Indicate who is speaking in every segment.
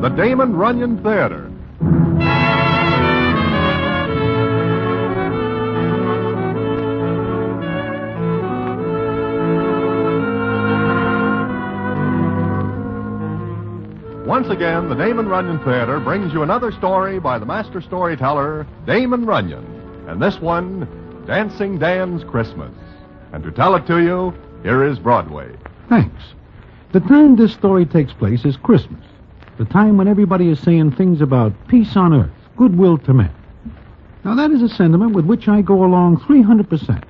Speaker 1: the Damon Runyon Theater. Once again, the Damon Runyon Theater brings you another story by the master storyteller, Damon Runyon. And this one, Dancing Dan's Christmas. And to tell it to you, here is Broadway.
Speaker 2: Thanks. The time this story takes place is Christmas, the time when everybody is saying things about peace on earth, goodwill to men. Now, that is a sentiment with which I go along 300%,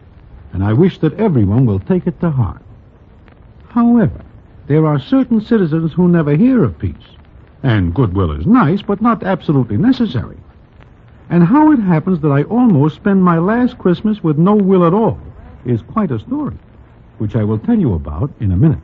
Speaker 2: and I wish that everyone will take it to heart. However, there are certain citizens who never hear of peace, and goodwill is nice, but not absolutely necessary. And how it happens that I almost spend my last Christmas with no will at all is quite a story, which I will tell you about in a minute.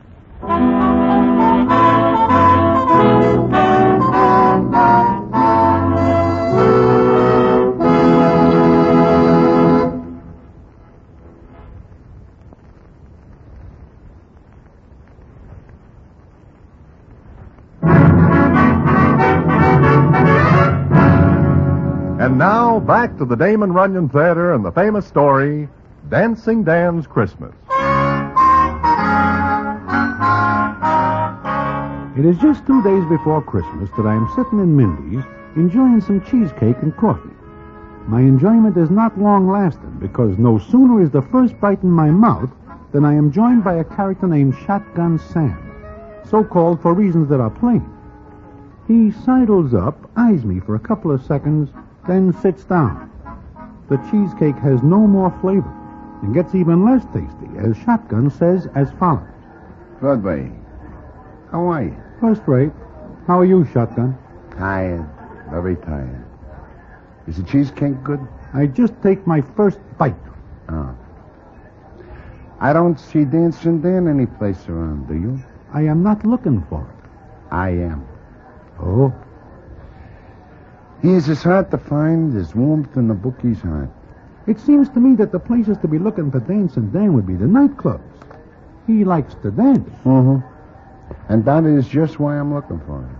Speaker 1: And now, back to the Damon Runyon Theater and the famous story, Dancing Dan's Christmas.
Speaker 2: It is just two days before Christmas that I am sitting in Mindy's enjoying some cheesecake and coffee. My enjoyment is not long lasting because no sooner is the first bite in my mouth than I am joined by a character named Shotgun Sam, so called for reasons that are plain. He sidles up, eyes me for a couple of seconds, then sits down. The cheesecake has no more flavor and gets even less tasty, as Shotgun says as follows.
Speaker 3: Broadway. How are you?
Speaker 2: First rate. How are you, Shotgun?
Speaker 3: Tired. Very tired. Is the cheesecake good?
Speaker 2: I just take my first bite.
Speaker 3: Oh. I don't see dancing Dan anyplace around, do you?
Speaker 2: I am not looking for it.
Speaker 3: I am.
Speaker 2: Oh?
Speaker 3: He is as hard to find as warmth in the bookie's heart.
Speaker 2: It seems to me that the places to be looking for dancing Dan would be the nightclubs. He likes to dance.
Speaker 3: Mm-hmm. And that is just why I'm looking for him.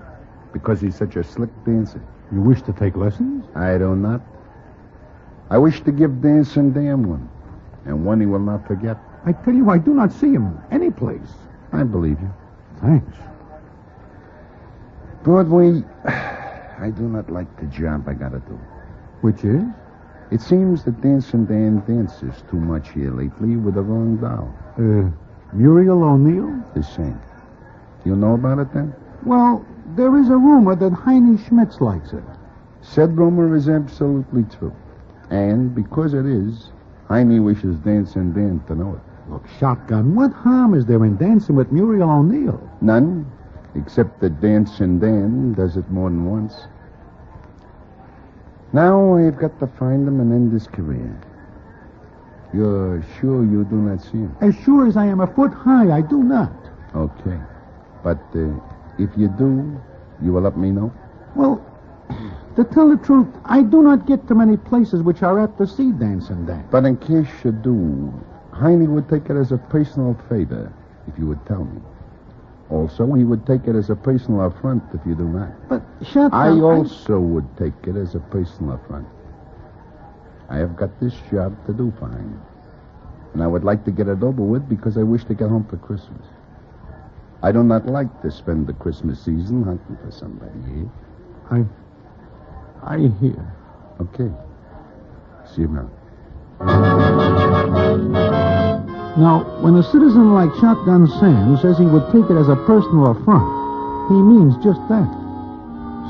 Speaker 3: Because he's such a slick dancer.
Speaker 2: You wish to take lessons?
Speaker 3: I do not. I wish to give dancing Dan one. And one he will not forget.
Speaker 2: I tell you, I do not see him any place.
Speaker 3: I believe you.
Speaker 2: Thanks.
Speaker 3: Broadway, I do not like the job I gotta do.
Speaker 2: Which is?
Speaker 3: It seems that Dancing Dan dances too much here lately with the wrong doll.
Speaker 2: Uh, Muriel O'Neill?
Speaker 3: The same. You know about it then?
Speaker 2: Well, there is a rumor that Heine Schmitz likes her.
Speaker 3: Said rumor is absolutely true. And because it is, Heine wishes Dancing Dan to know it.
Speaker 2: Look, Shotgun, what harm is there in dancing with Muriel O'Neill?
Speaker 3: None, except that Dancing Dan does it more than once. Now I've got to find him and end his career. You're sure you do not see him?
Speaker 2: As sure as I am a foot high, I do not.
Speaker 3: Okay. But uh, if you do, you will let me know?
Speaker 2: Well, to tell the truth, I do not get to many places which are apt to see dancing Dan.
Speaker 3: But in case you do, Heine would take it as a personal favor if you would tell me. Also, he would take it as a personal affront if you do not.
Speaker 2: But Shotgun,
Speaker 3: I also would take it as a personal affront. I have got this job to do for Heine. And I would like to get it over with because I wish to get home for Christmas. I do not like to spend the Christmas season hunting for somebody eh? here.
Speaker 2: I, I hear.
Speaker 3: Okay. See you now.
Speaker 2: Now, when a citizen like Shotgun Sam says he would take it as a personal affront, he means just that.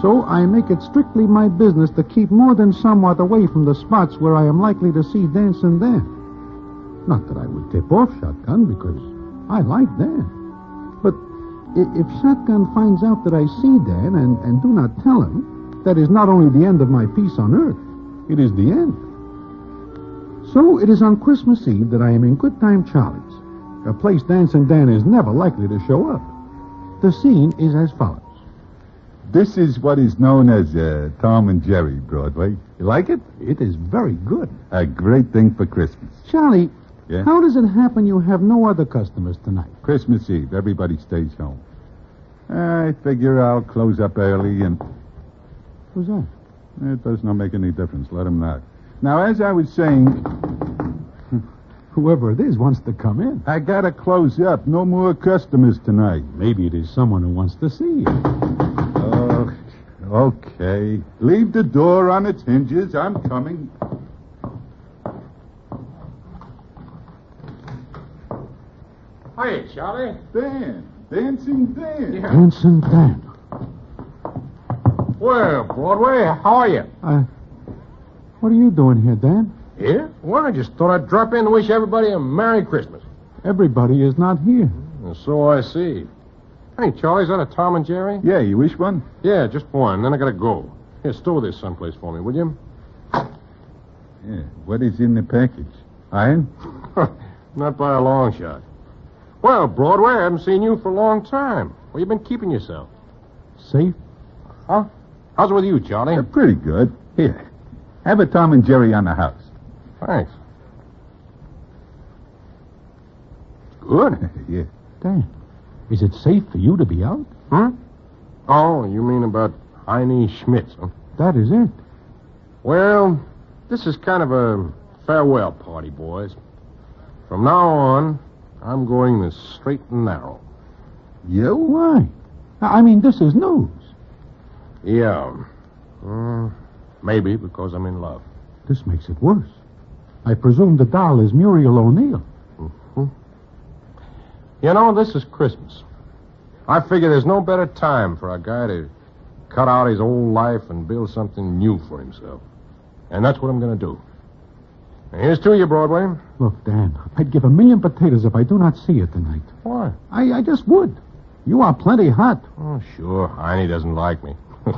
Speaker 2: So I make it strictly my business to keep more than somewhat away from the spots where I am likely to see dancing Dan. Not that I would tip off Shotgun, because I like Dan. But i- if Shotgun finds out that I see Dan and, and do not tell him, that is not only the end of my peace on earth, it is the end. So it is on Christmas Eve that I am in Good Time Charlie's, a place Dancing Dan is never likely to show up. The scene is as follows.
Speaker 4: This is what is known as uh, Tom and Jerry Broadway. You like it?
Speaker 2: It is very good.
Speaker 4: A great thing for Christmas.
Speaker 2: Charlie,
Speaker 4: Yeah?
Speaker 2: how does it happen you have no other customers tonight?
Speaker 4: Christmas Eve, everybody stays home. I figure I'll close up early and
Speaker 2: Who's that?
Speaker 4: it does not make any difference. Let him knock. Now, as I was saying,
Speaker 2: Whoever it is wants to come in.
Speaker 4: I gotta close up. No more customers tonight.
Speaker 2: Maybe it is someone who wants to see you.
Speaker 4: Oh, okay. Leave the door on its hinges. I'm coming.
Speaker 5: Hiya, Charlie.
Speaker 4: Dan. Dancing Dan.
Speaker 2: Hanson Dan.
Speaker 5: Well, Broadway, how are you?
Speaker 2: I. What are you doing here, Dan?
Speaker 5: Yeah? Well, I just thought I'd drop in and wish everybody a Merry Christmas.
Speaker 2: Everybody is not here.
Speaker 5: And so I see. Hey, Charlie, is that a Tom and Jerry?
Speaker 4: Yeah, you wish one?
Speaker 5: Yeah, just one. Then I gotta go. Here, store this someplace for me, will you?
Speaker 4: Yeah. What is in the package? Iron?
Speaker 5: Not by a long shot. Well, Broadway, I haven't seen you for a long time. Where you been keeping yourself?
Speaker 2: Safe?
Speaker 5: Huh? How's it with you, Charlie?
Speaker 4: Yeah, pretty good. Here. Have a Tom and Jerry on the house.
Speaker 5: Thanks. Good.
Speaker 4: yeah.
Speaker 2: Dan, is it safe for you to be out?
Speaker 5: Hmm? Oh, you mean about Heine Schmitz, huh?
Speaker 2: That is it.
Speaker 5: Well, this is kind of a farewell party, boys. From now on, I'm going the straight and narrow.
Speaker 4: You?
Speaker 2: Why? I I mean, this is news.
Speaker 5: Yeah. Mm, maybe because I'm in love.
Speaker 2: This makes it worse. I presume the doll is Muriel O'Neill.
Speaker 5: You know, this is Christmas. I figure there's no better time for a guy to cut out his old life and build something new for himself. And that's what I'm going to do. And here's to you, Broadway.
Speaker 2: Look, Dan, I'd give a million potatoes if I do not see you tonight.
Speaker 5: Why?
Speaker 2: I, I just would. You are plenty hot.
Speaker 5: Oh, sure. Heine doesn't like me.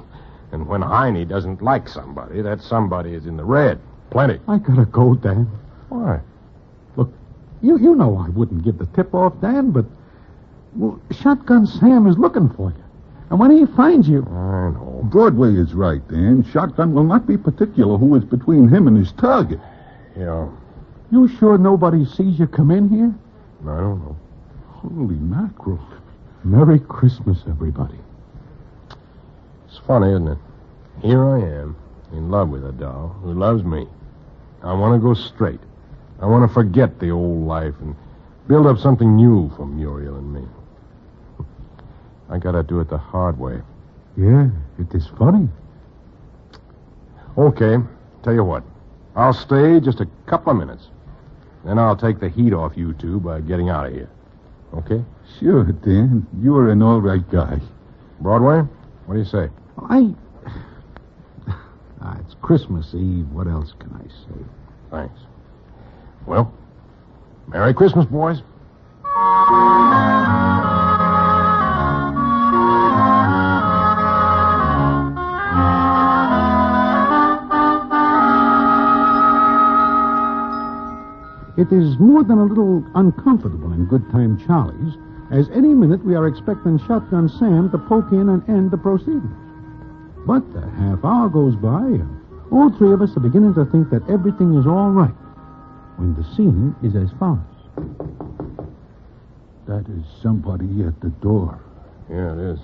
Speaker 5: and when Heine doesn't like somebody, that somebody is in the red. Plenty.
Speaker 2: I gotta go, Dan.
Speaker 5: Why?
Speaker 2: You you know I wouldn't give the tip off, Dan, but well, Shotgun Sam is looking for you. And when he finds you,
Speaker 5: I know.
Speaker 4: Oh, Broadway is right, Dan. Shotgun will not be particular who is between him and his target.
Speaker 5: Yeah.
Speaker 2: you sure nobody sees you come in here?
Speaker 5: I don't know.
Speaker 4: Holy mackerel.
Speaker 2: Merry Christmas, everybody.
Speaker 5: It's funny, isn't it? Here I am, in love with a doll who loves me. I want to go straight. I want to forget the old life and build up something new for Muriel and me. I gotta do it the hard way.
Speaker 2: Yeah, it is funny.
Speaker 5: Okay, tell you what. I'll stay just a couple of minutes. Then I'll take the heat off you two by getting out of here. Okay?
Speaker 4: Sure, Dan. You are an all right guy.
Speaker 5: Broadway, what do you say?
Speaker 2: I. Ah, it's Christmas Eve. What else can I say?
Speaker 5: Thanks. Well, Merry Christmas, boys.
Speaker 2: It is more than a little uncomfortable in Good Time Charlie's, as any minute we are expecting Shotgun Sam to poke in and end the proceedings. But a half hour goes by, and all three of us are beginning to think that everything is all right, when the scene is as follows.
Speaker 4: That is somebody at the door.
Speaker 5: Yeah, it is.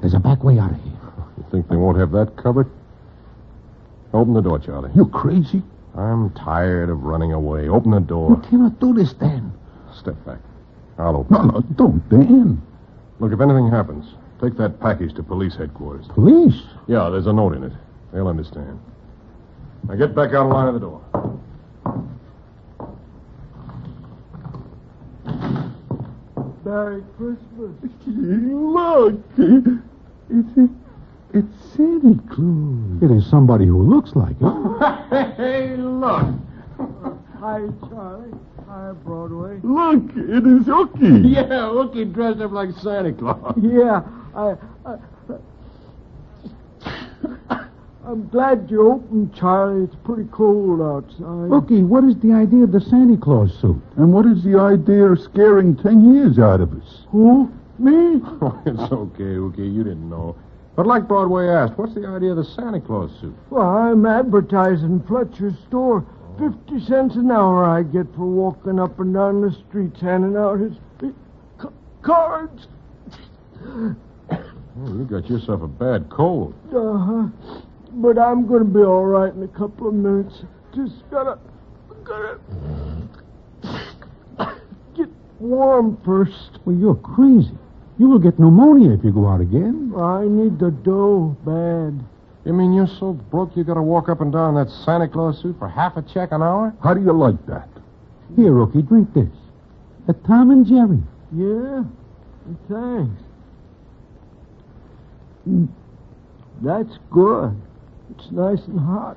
Speaker 2: There's a back way out of here.
Speaker 5: You think they won't have that covered? Open the door, Charlie.
Speaker 4: You crazy?
Speaker 5: I'm tired of running away. Open the door.
Speaker 2: cannot do this, Dan.
Speaker 5: Step back. I'll open.
Speaker 4: No, no, don't, Dan.
Speaker 5: Look, if anything happens, take that package to police headquarters.
Speaker 2: Police?
Speaker 5: Yeah, there's a note in it. They'll understand. Now get back out of line of the door.
Speaker 4: Merry Christmas. Look, it's a, it's Santa Claus.
Speaker 2: It is somebody who looks like it.
Speaker 5: Hey, look.
Speaker 6: Hi, Charlie. Hi, Broadway.
Speaker 4: Look, it is Ookie.
Speaker 5: Yeah, look, he dressed up like Santa Claus.
Speaker 6: Yeah, I, I. I'm glad you opened, Charlie. It's pretty cold outside.
Speaker 2: Looky, what is the idea of the Santa Claus suit?
Speaker 4: And what is the idea of scaring ten years out of us?
Speaker 6: Who? Me?
Speaker 5: Oh, it's okay, okay, you didn't know. But like Broadway asked, what's the idea of the Santa Claus suit?
Speaker 6: Well, I'm advertising Fletcher's store. Fifty cents an hour I get for walking up and down the streets handing out his, his c- cards.
Speaker 5: Oh, you got yourself a bad cold.
Speaker 6: Uh huh. But I'm gonna be all right in a couple of minutes. Just gotta, gotta get warm first.
Speaker 2: Well, you're crazy. You will get pneumonia if you go out again.
Speaker 6: I need the dough bad.
Speaker 5: You mean you're so broke you gotta walk up and down that Santa Claus suit for half a check an hour?
Speaker 4: How do you like that?
Speaker 2: Here, Rookie, drink this. A Tom and Jerry.
Speaker 6: Yeah. Thanks. Mm. That's good. It's nice and hot.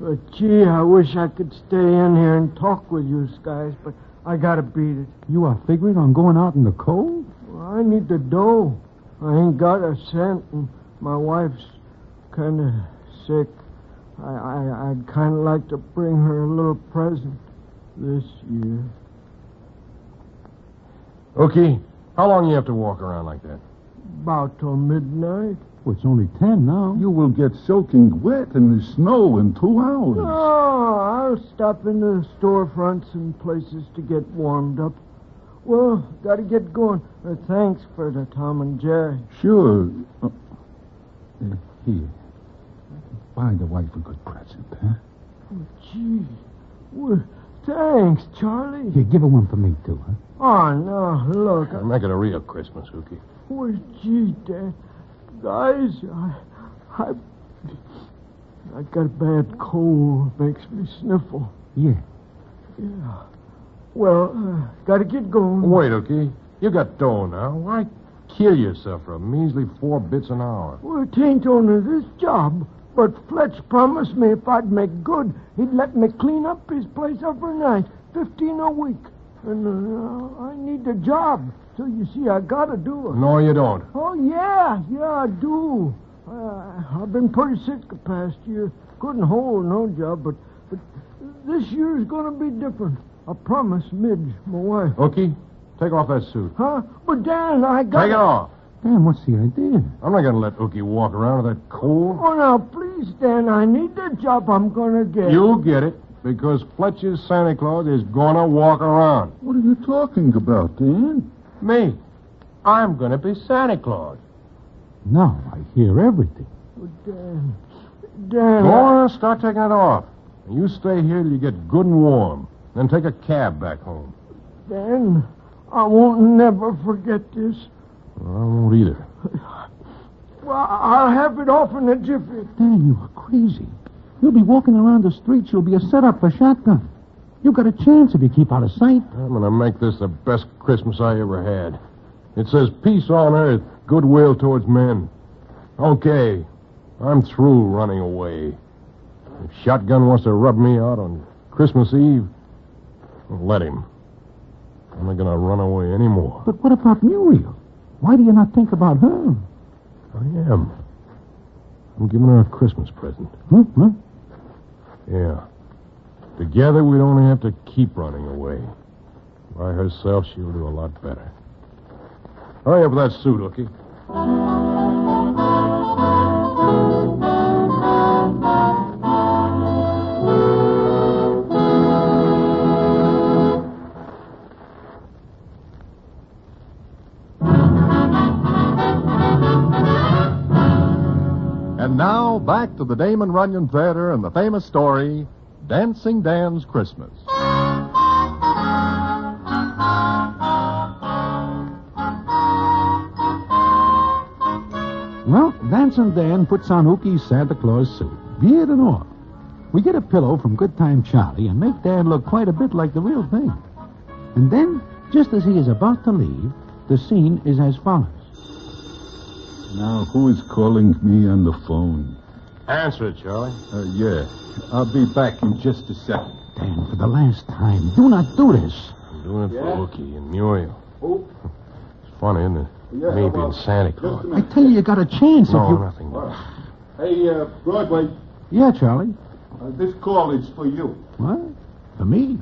Speaker 6: But gee, I wish I could stay in here and talk with you guys, but I gotta beat it.
Speaker 2: You are figuring on going out in the cold?
Speaker 6: Well, I need the dough. I ain't got a cent, and my wife's kind of sick. I, I, I'd kind of like to bring her a little present this year.
Speaker 5: Okay. How long you have to walk around like that?
Speaker 6: About till midnight.
Speaker 2: Well, it's only ten now.
Speaker 4: You will get soaking wet in the snow in two hours.
Speaker 6: No, Oh, I'll stop in the storefronts and places to get warmed up. Well, gotta get going. Uh, thanks for the Tom and Jerry.
Speaker 4: Sure. Uh,
Speaker 2: Uh, here. Buy the wife a good present, huh?
Speaker 6: Oh, gee. Well, thanks, Charlie.
Speaker 2: Here, give her one for me, too, huh?
Speaker 6: Oh, no, look. I-
Speaker 5: Make it a real Christmas, Ookie.
Speaker 6: Oh, gee, Dad. Guys, I, I, I got a bad cold. Makes me sniffle.
Speaker 2: Yeah.
Speaker 6: Yeah. Well, uh, gotta get going.
Speaker 5: Wait, Ookie. You got dough now. Why kill yourself for a measly four bits an hour?
Speaker 6: Well, it ain't only this job, but Fletch promised me if I'd make good, he'd let me clean up his place overnight, fifteen a week. And uh, I need a job, so you see, I gotta do it.
Speaker 5: No, you don't.
Speaker 6: Oh, yeah, yeah, I do. Uh, I've been pretty sick the past year. Couldn't hold no job, but, but this year's going to be different. I promise Midge, my wife.
Speaker 5: Ookie, take off that suit.
Speaker 6: Huh? But, Dan, I got...
Speaker 5: Take it off.
Speaker 2: Damn, what's the idea?
Speaker 5: I'm not going to let Ookie walk around with that cold.
Speaker 6: Oh, now, please, Dan, I need the job I'm going to get.
Speaker 5: You'll get it because Fletcher's Santa Claus is going to walk around.
Speaker 4: What are you talking about, Dan?
Speaker 5: Me, I'm going to be Santa Claus.
Speaker 2: Now I hear everything.
Speaker 6: Oh, Dan, Dan...
Speaker 5: Go
Speaker 6: I-
Speaker 5: on, start taking it off. And you stay here till you get good and warm. Then take a cab back home.
Speaker 6: Dan, I won't never forget this.
Speaker 5: Well, I won't either.
Speaker 6: Well, I'll have it off in a jiffy.
Speaker 2: Dan, you are crazy. You'll be walking around the streets. You'll be a setup for shotgun. You've got a chance if you keep out of sight.
Speaker 5: I'm going to make this the best Christmas I ever had. It says peace on earth, goodwill towards men. Okay, I'm through running away. If Shotgun wants to rub me out on Christmas Eve, let him. I'm not going to run away anymore.
Speaker 2: But what about Muriel? Why do you not think about her?
Speaker 5: I am. I'm giving her a Christmas present.
Speaker 2: Huh? Huh?
Speaker 5: Yeah. Together, we'd only have to keep running away. By herself, she'll do a lot better. Hurry up with that suit, Ookie.
Speaker 1: And now, back to the Damon Runyon Theater and the famous story, Dancing Dan's Christmas.
Speaker 2: Well, Dancing Dan puts on Ookie's Santa Claus suit, beard and all. We get a pillow from Good Time Charlie and make Dan look quite a bit like the real thing. And then, just as he is about to leave, the scene is as follows.
Speaker 4: Now, who is calling me on the phone?
Speaker 5: Answer it, Charlie.
Speaker 4: Uh, yeah. I'll be back in just a second.
Speaker 2: Dan, for the last time, do not do this.
Speaker 5: I'm doing it
Speaker 3: Yeah?
Speaker 5: for Ookie and Muriel.
Speaker 3: Who?
Speaker 5: It's funny, isn't it?
Speaker 3: Yeah,
Speaker 5: Me
Speaker 3: well,
Speaker 5: being Santa
Speaker 3: Just a
Speaker 5: Claus.
Speaker 2: I
Speaker 3: minute.
Speaker 2: tell you, you got a chance if
Speaker 5: No,
Speaker 2: you.
Speaker 5: nothing.
Speaker 3: Hey, uh, Broadway,
Speaker 2: Yeah, Charlie.
Speaker 3: uh, this call is for you.
Speaker 2: What? For me?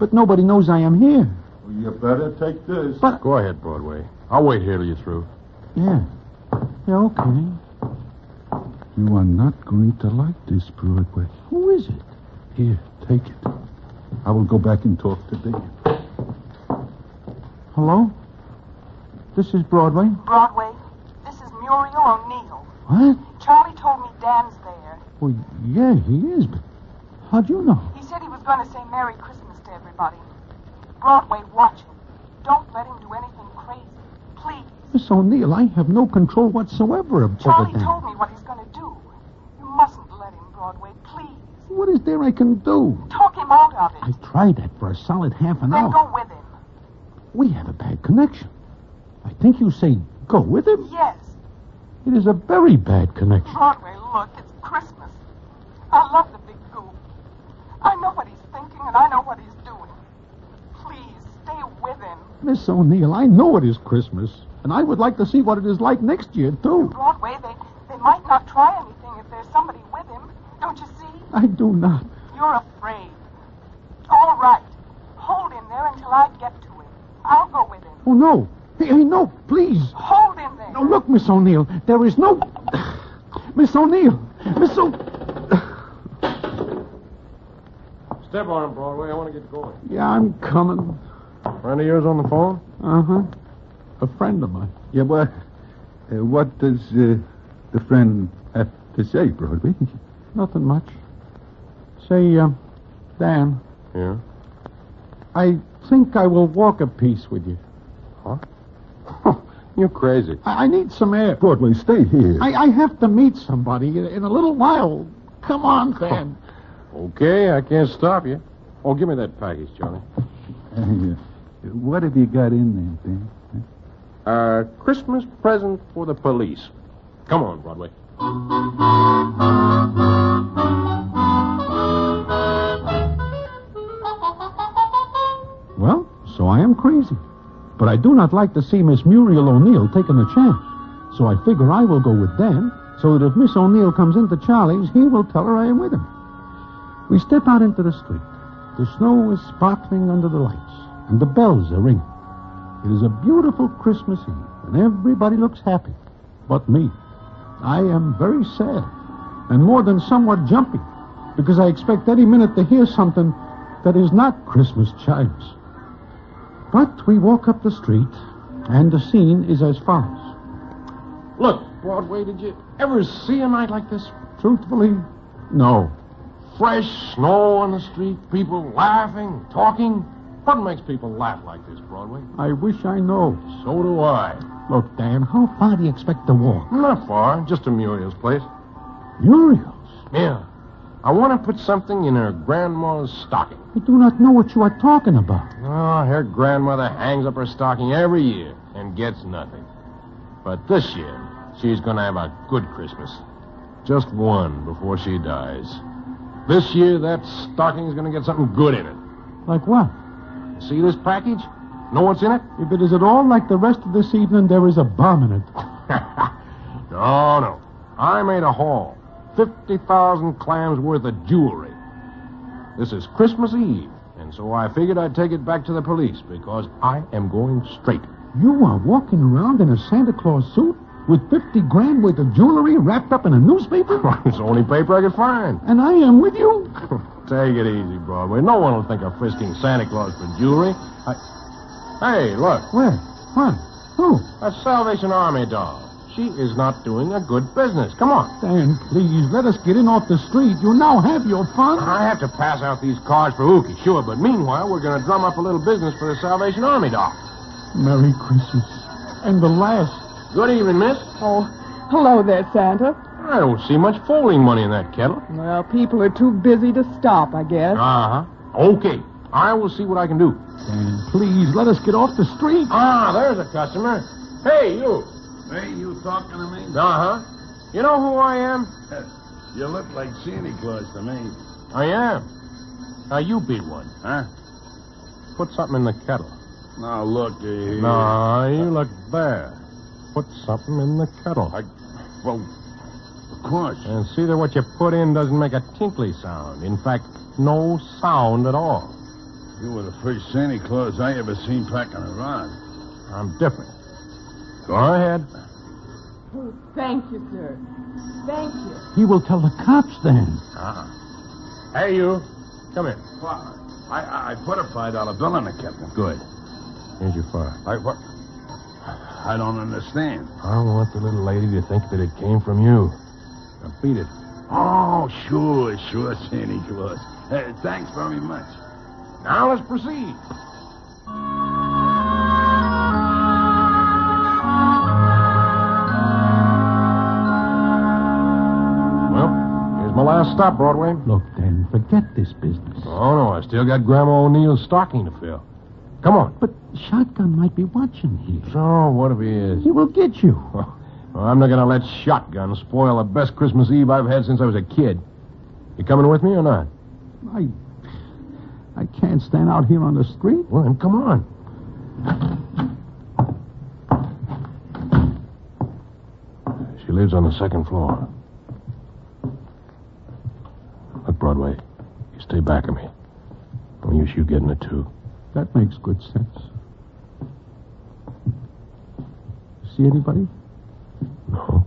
Speaker 2: But nobody knows I am here.
Speaker 3: You better take this.
Speaker 2: But
Speaker 5: Go ahead, Broadway. I'll wait here till you're through.
Speaker 2: yeah, yeah, okay.
Speaker 4: You are not going to like this, Broadway.
Speaker 2: Who is it?
Speaker 4: Here, take it. I will go back and talk to Dave.
Speaker 2: Hello? This is Broadway.
Speaker 7: Broadway, this is Muriel O'Neill.
Speaker 2: What?
Speaker 7: Charlie told me Dan's there.
Speaker 2: Well, yeah, he is, but how'd you know?
Speaker 7: He said he was going to say Merry Christmas to everybody. Broadway, watch him. Don't let him do anything crazy. Please.
Speaker 2: Miss O'Neill, I have no control whatsoever over
Speaker 7: Charlie
Speaker 2: Dan.
Speaker 7: told me what he's going to do. You mustn't let him, Broadway. Please.
Speaker 2: What is there I can do?
Speaker 7: Talk him out of
Speaker 2: I
Speaker 7: it.
Speaker 2: tried that for a solid half an
Speaker 7: Then
Speaker 2: hour.
Speaker 7: go with him.
Speaker 2: We have a bad connection. I think you say go with him.
Speaker 7: Yes.
Speaker 2: It is a very bad connection.
Speaker 7: Broadway, look, it's Christmas. I love the big goop. I know what he's thinking and I know what he's doing. Please, stay with him.
Speaker 2: Miss O'Neill, I know it is Christmas, and I would like to see what it is like next year, too.
Speaker 7: Broadway, they, they might not try anything if there's somebody with him. Don't you see?
Speaker 2: I do not.
Speaker 7: You're afraid. All right. Hold him there until I get to him. I'll go with him.
Speaker 2: Oh, no. Hey, hey, no, please.
Speaker 7: Hold him there.
Speaker 2: No, look, Miss O'Neill, there is no. Miss O'Neill, Miss O.
Speaker 5: Step on him, Broadway. I want to get going.
Speaker 2: Yeah, I'm coming.
Speaker 5: Friend of yours on the phone?
Speaker 2: Uh huh. A friend of mine.
Speaker 4: Yeah, well, uh, what does uh, the friend have to say, Broadway?
Speaker 2: Nothing much. Say, um, Dan,
Speaker 5: Yeah.
Speaker 2: I think I will walk a piece with you.
Speaker 5: You're crazy.
Speaker 2: I, I need some air.
Speaker 4: Broadway, stay here.
Speaker 2: I, I have to meet somebody in, in a little while. Come on, Dan.
Speaker 5: Okay, I can't stop you. Oh, give me that package, Johnny.
Speaker 4: Uh, what have you got in there, Ben?
Speaker 5: Uh, Christmas present for the police. Come on, Broadway.
Speaker 2: Well, so I am crazy. But I do not like to see Miss Muriel O'Neill taking a chance. So I figure I will go with Dan, so that if Miss O'Neill comes into Charlie's, he will tell her I am with him. We step out into the street. The snow is sparkling under the lights, and the bells are ringing. It is a beautiful Christmas Eve, and everybody looks happy, but me. I am very sad, and more than somewhat jumpy, because I expect any minute to hear something that is not Christmas chimes. But we walk up the street, and the scene is as follows.
Speaker 5: Look, Broadway, did you ever see a night like this?
Speaker 2: Truthfully, no.
Speaker 5: Fresh snow on the street, people laughing, talking. What makes people laugh like this, Broadway?
Speaker 2: Oh, I wish I know.
Speaker 5: So do I.
Speaker 2: Look, Dan, how far do you expect to walk?
Speaker 5: Not far, just to Muriel's place.
Speaker 2: Muriel's.
Speaker 5: Yeah. I want to put something in her grandma's stocking.
Speaker 2: I do not know what you are talking about.
Speaker 5: Oh, her grandmother hangs up her stocking every year and gets nothing. But this year, she's going to have a good Christmas. Just one before she dies. This year, that stocking's going to get something good in it.
Speaker 2: Like what?
Speaker 5: See this package? Know what's in it?
Speaker 2: If it is at all like the rest of this evening, there is a bomb in it.
Speaker 5: No, no. I made a haul. 50,000 clams worth of jewelry. This is Christmas Eve, and so I figured I'd take it back to the police because I am going straight.
Speaker 2: You are walking around in a Santa Claus suit with 50 grand worth of jewelry wrapped up in a newspaper?
Speaker 5: It's the only paper I could find.
Speaker 2: and I am with you?
Speaker 5: Take it easy, Broadway. No one will think of frisking Santa Claus for jewelry. I... Hey, look,
Speaker 2: Where? What? Who?
Speaker 5: a Salvation Army doll. She is not doing a good business. Come on.
Speaker 2: Dan, please, let us get in off the street. You now have your fun.
Speaker 5: I have to pass out these cards for Ookie, sure, but meanwhile, we're going to drum up a little business for the Salvation Army doll.
Speaker 2: Merry Christmas. And the last.
Speaker 5: Good evening, miss.
Speaker 8: Oh, hello there, Santa.
Speaker 5: I don't see much folding money in that kettle.
Speaker 8: Well, people are too busy to stop, I guess.
Speaker 5: Uh huh. Okay. I will see what I can do.
Speaker 2: Dan, please, let us get off the street.
Speaker 5: Ah, there's a customer. Hey, you.
Speaker 9: Hey, you talking to me?
Speaker 5: Uh huh. You know who I am?
Speaker 9: You look like Santa Claus to me.
Speaker 5: I am. Now, you be one.
Speaker 9: Huh?
Speaker 5: Put something in the kettle.
Speaker 9: Now, look. Uh,
Speaker 5: No, you look there. Put something in the kettle.
Speaker 9: I- Well, of course.
Speaker 5: And see that what you put in doesn't make a tinkly sound. In fact, no sound at all.
Speaker 9: You were the first Santa Claus I ever seen packing a rod.
Speaker 5: I'm different. Go ahead.
Speaker 8: Oh, thank you, sir. Thank you.
Speaker 2: He will tell the cops, Dan.
Speaker 5: Uh-uh. Hey, you. Come in.
Speaker 9: Well, I, I put a $5 bill in the kettle.
Speaker 5: Good. Here's your fire.
Speaker 9: I, what? I don't understand.
Speaker 5: I want the little lady to think that it came from you. Now beat it.
Speaker 9: Oh, sure, sure, Santa Claus. Hey, thanks very much. Now let's proceed.
Speaker 5: Well, here's my last stop, Broadway.
Speaker 2: Look, Dan, forget this business.
Speaker 5: Oh, no, I still got Grandma O'Neill's stocking to fill. Come on.
Speaker 2: But Shotgun might be watching here.
Speaker 5: So, what if he is?
Speaker 2: He will get you.
Speaker 5: Well, I'm not going to let Shotgun spoil the best Christmas Eve I've had since I was a kid. You coming with me or not?
Speaker 2: I. I can't stand out here on the street.
Speaker 5: Well, then come on. She lives on the second floor. Look, Broadway, you stay back of me. Don't use you getting it, too.
Speaker 2: That makes good sense. See anybody?
Speaker 5: No.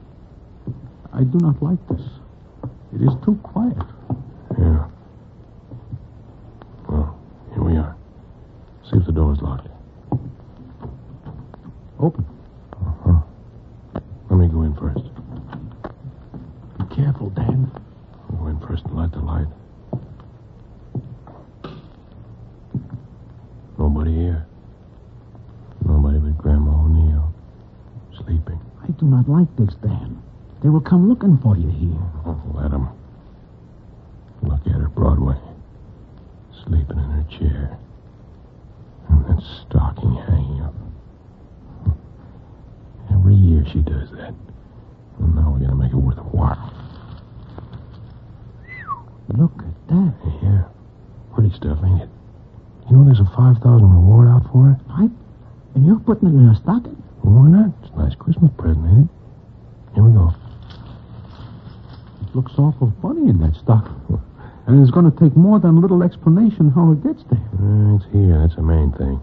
Speaker 2: I do not like this. It is too quiet.
Speaker 5: Yeah. Well, here we are. See if the door is locked.
Speaker 2: Open.
Speaker 5: Uh-huh. Let me go in first.
Speaker 2: Be careful, Dan.
Speaker 5: I'll go in first and light the light. Nobody here. Nobody but Grandma O'Neill. Sleeping.
Speaker 2: I do not like this, Dan. They will come looking for you here.
Speaker 5: Oh, let 'em. Look at her, Broadway. Sleeping in her chair. And that stocking hanging up. Every year she does that. And now we're going to make it worth a while.
Speaker 2: Look at that.
Speaker 5: Yeah. Pretty stuff, ain't it? You know there's a 5000 reward out for it?
Speaker 2: Right? And you're putting it in a stocking.
Speaker 5: Why not? It's a nice Christmas present, ain't it? Here we go.
Speaker 2: It looks awful funny in that stocking. And it's going to take more than a little explanation how it gets there.
Speaker 5: Uh, It's here. That's the main thing.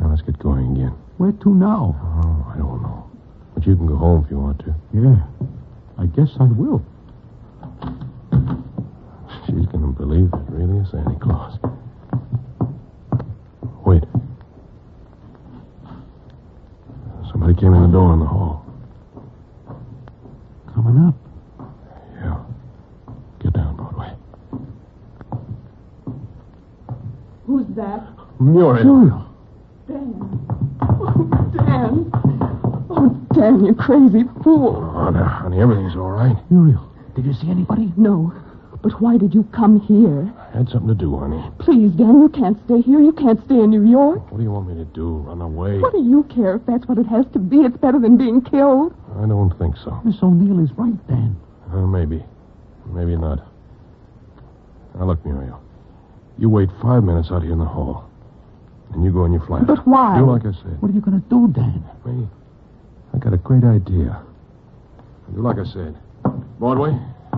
Speaker 5: Now let's get going again.
Speaker 2: Where to now?
Speaker 5: Oh, I don't know. But you can go home if you want to.
Speaker 2: Yeah. I guess I will.
Speaker 5: She's going to believe it really is Santa Claus. Wait. Somebody came in the door in the hall.
Speaker 2: Coming up.
Speaker 5: Yeah. Get down, Broadway.
Speaker 8: Who's that?
Speaker 5: Muriel.
Speaker 2: Muriel.
Speaker 8: Dan. Oh, Dan. Oh, Dan, you crazy fool.
Speaker 5: Oh, now, honey, everything's all right.
Speaker 2: Muriel. Did you see anybody?
Speaker 8: No. But why did you come here?
Speaker 5: I had something to do, honey.
Speaker 8: Please, Dan, you can't stay here. You can't stay in New York.
Speaker 5: What do you want me to do? Run away?
Speaker 8: What do you care if that's what it has to be? It's better than being killed.
Speaker 5: I don't think so.
Speaker 2: Miss O'Neill is right, Dan.
Speaker 5: Uh, maybe. Maybe not. Now, look, Muriel. You wait five minutes out here in the hall. And you go in your flat.
Speaker 8: But why?
Speaker 5: Do like I said.
Speaker 2: What are you going to do, Dan?
Speaker 5: Me? I got a great idea. Do like I said. Broadway,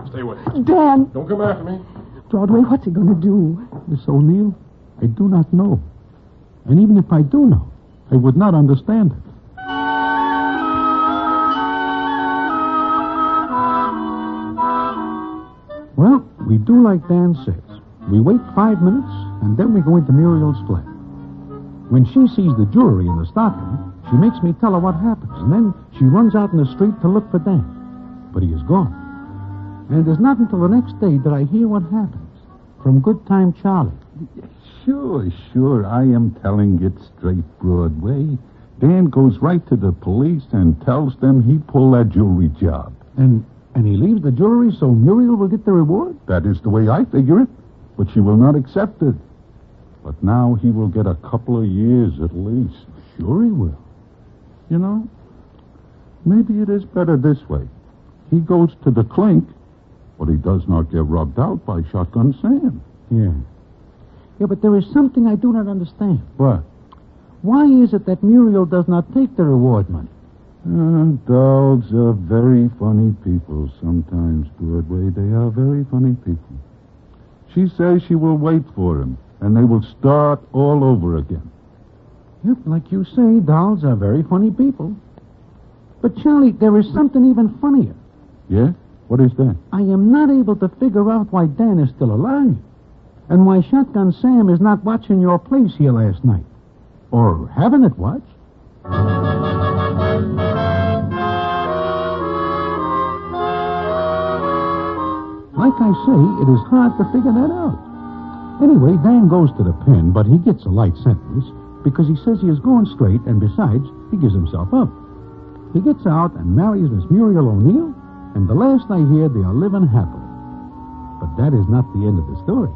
Speaker 5: stay away.
Speaker 8: Dan.
Speaker 5: Don't come after me.
Speaker 8: Broadway, what's he going to do?
Speaker 2: Miss O'Neill, I do not know. And even if I do know, I would not understand it. Well, we do like Dan says. We wait five minutes, and then we go into Muriel's flat. When she sees the jewelry in the stocking, she makes me tell her what happens, and then she runs out in the street to look for Dan. But he is gone. And it is not until the next day that I hear what happens from Good Time Charlie.
Speaker 4: Sure, sure. I am telling it straight, Broadway. Dan goes right to the police and tells them he pulled that jewelry job.
Speaker 2: And and he leaves the jewelry so Muriel will get the reward?
Speaker 4: That is the way I figure it, but she will not accept it. But now he will get a couple of years at least.
Speaker 2: Sure he will.
Speaker 4: You know, maybe it is better this way. He goes to the clink, but he does not get rubbed out by Shotgun Sam.
Speaker 2: Yeah. Yeah, but there is something I do not understand.
Speaker 4: What?
Speaker 2: Why is it that Muriel does not take the reward money?
Speaker 4: Adults Uh, are very funny people sometimes, Broadway. They are very funny people. She says she will wait for him, and they will start all over again.
Speaker 2: Yep, like you say, dolls are very funny people. But Charlie, there is something even funnier.
Speaker 4: Yeah? What is that?
Speaker 2: I am not able to figure out why Dan is still alive. And why Shotgun Sam is not watching your place here last night. Or having it watched. like I say, it is hard to figure that out. Anyway, Dan goes to the pen, but he gets a light sentence because he says he is going straight, and besides, he gives himself up. He gets out and marries Miss Muriel O'Neill, and the last I hear, they are living happily. But that is not the end of the story.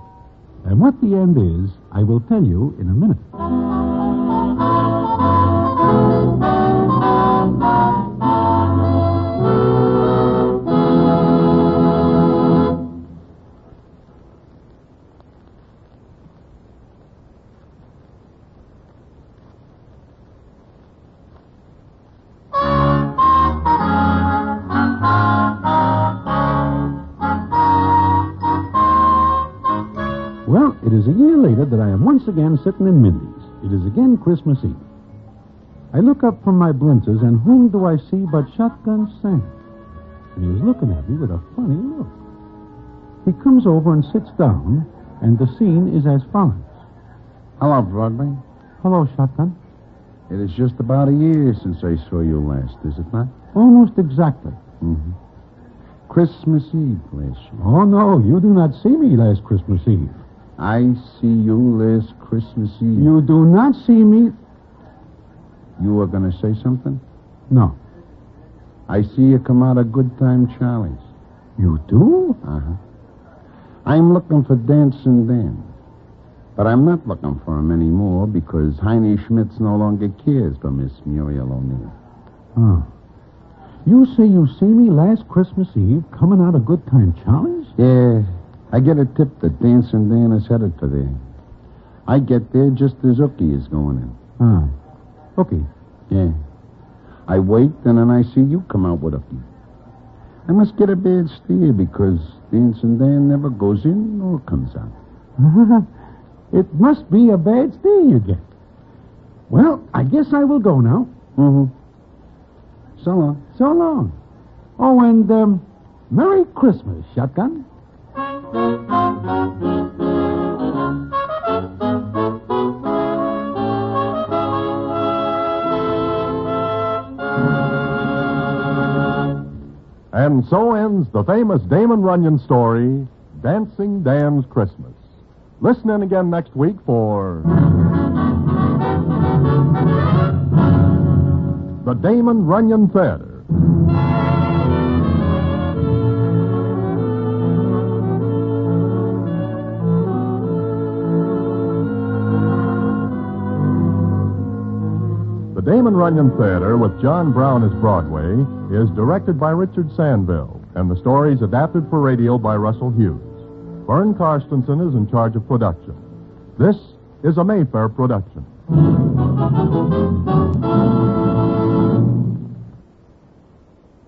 Speaker 2: And what the end is, I will tell you in a minute. Well, it is a year later that I am once again sitting in Mindy's. It is again Christmas Eve. I look up from my blinzers, and whom do I see but Shotgun Sam? And he is looking at me with a funny look. He comes over and sits down, and the scene is as follows.
Speaker 3: Hello, Broadway.
Speaker 2: Hello, Shotgun.
Speaker 3: It is just about a year since I saw you last, is it not?
Speaker 2: Almost exactly.
Speaker 3: Mm-hmm. Christmas Eve last year.
Speaker 2: Oh, no, you do not see me last Christmas Eve.
Speaker 3: I see you last Christmas Eve.
Speaker 2: You do not see me.
Speaker 3: You were going to say something?
Speaker 2: No.
Speaker 3: I see you come out of Good Time Charlie's.
Speaker 2: You do?
Speaker 3: Uh huh. I'm looking for Dancing Dan. But I'm not looking for him anymore because Heine Schmitz no longer cares for Miss Muriel O'Neill.
Speaker 2: Oh. You say you see me last Christmas Eve coming out of Good Time Charlie's?
Speaker 3: Yeah, I get a tip that Dancing Dan is headed for there. I get there just as Ookie is going in.
Speaker 2: Ah. Okay.
Speaker 3: Yeah. I wait, and then I see you come out with Ookie. I must get a bad steer because Dancing Dan never goes in or comes out.
Speaker 2: it must be a bad steer you get. Well, I guess I will go now.
Speaker 3: Mm-hmm. So long.
Speaker 2: So long. Oh, and um, Merry Christmas, Shotgun.
Speaker 5: And so ends the famous Damon Runyon story, Dancing Dan's Christmas. Listen in again next week for. The Damon Runyon Theater. The Damon Runyon Theater, with John Brown as Broadway, is directed by Richard Sandville, and the story is adapted for radio by Russell Hughes. Vern Karstensen is in charge of production. This is a Mayfair production.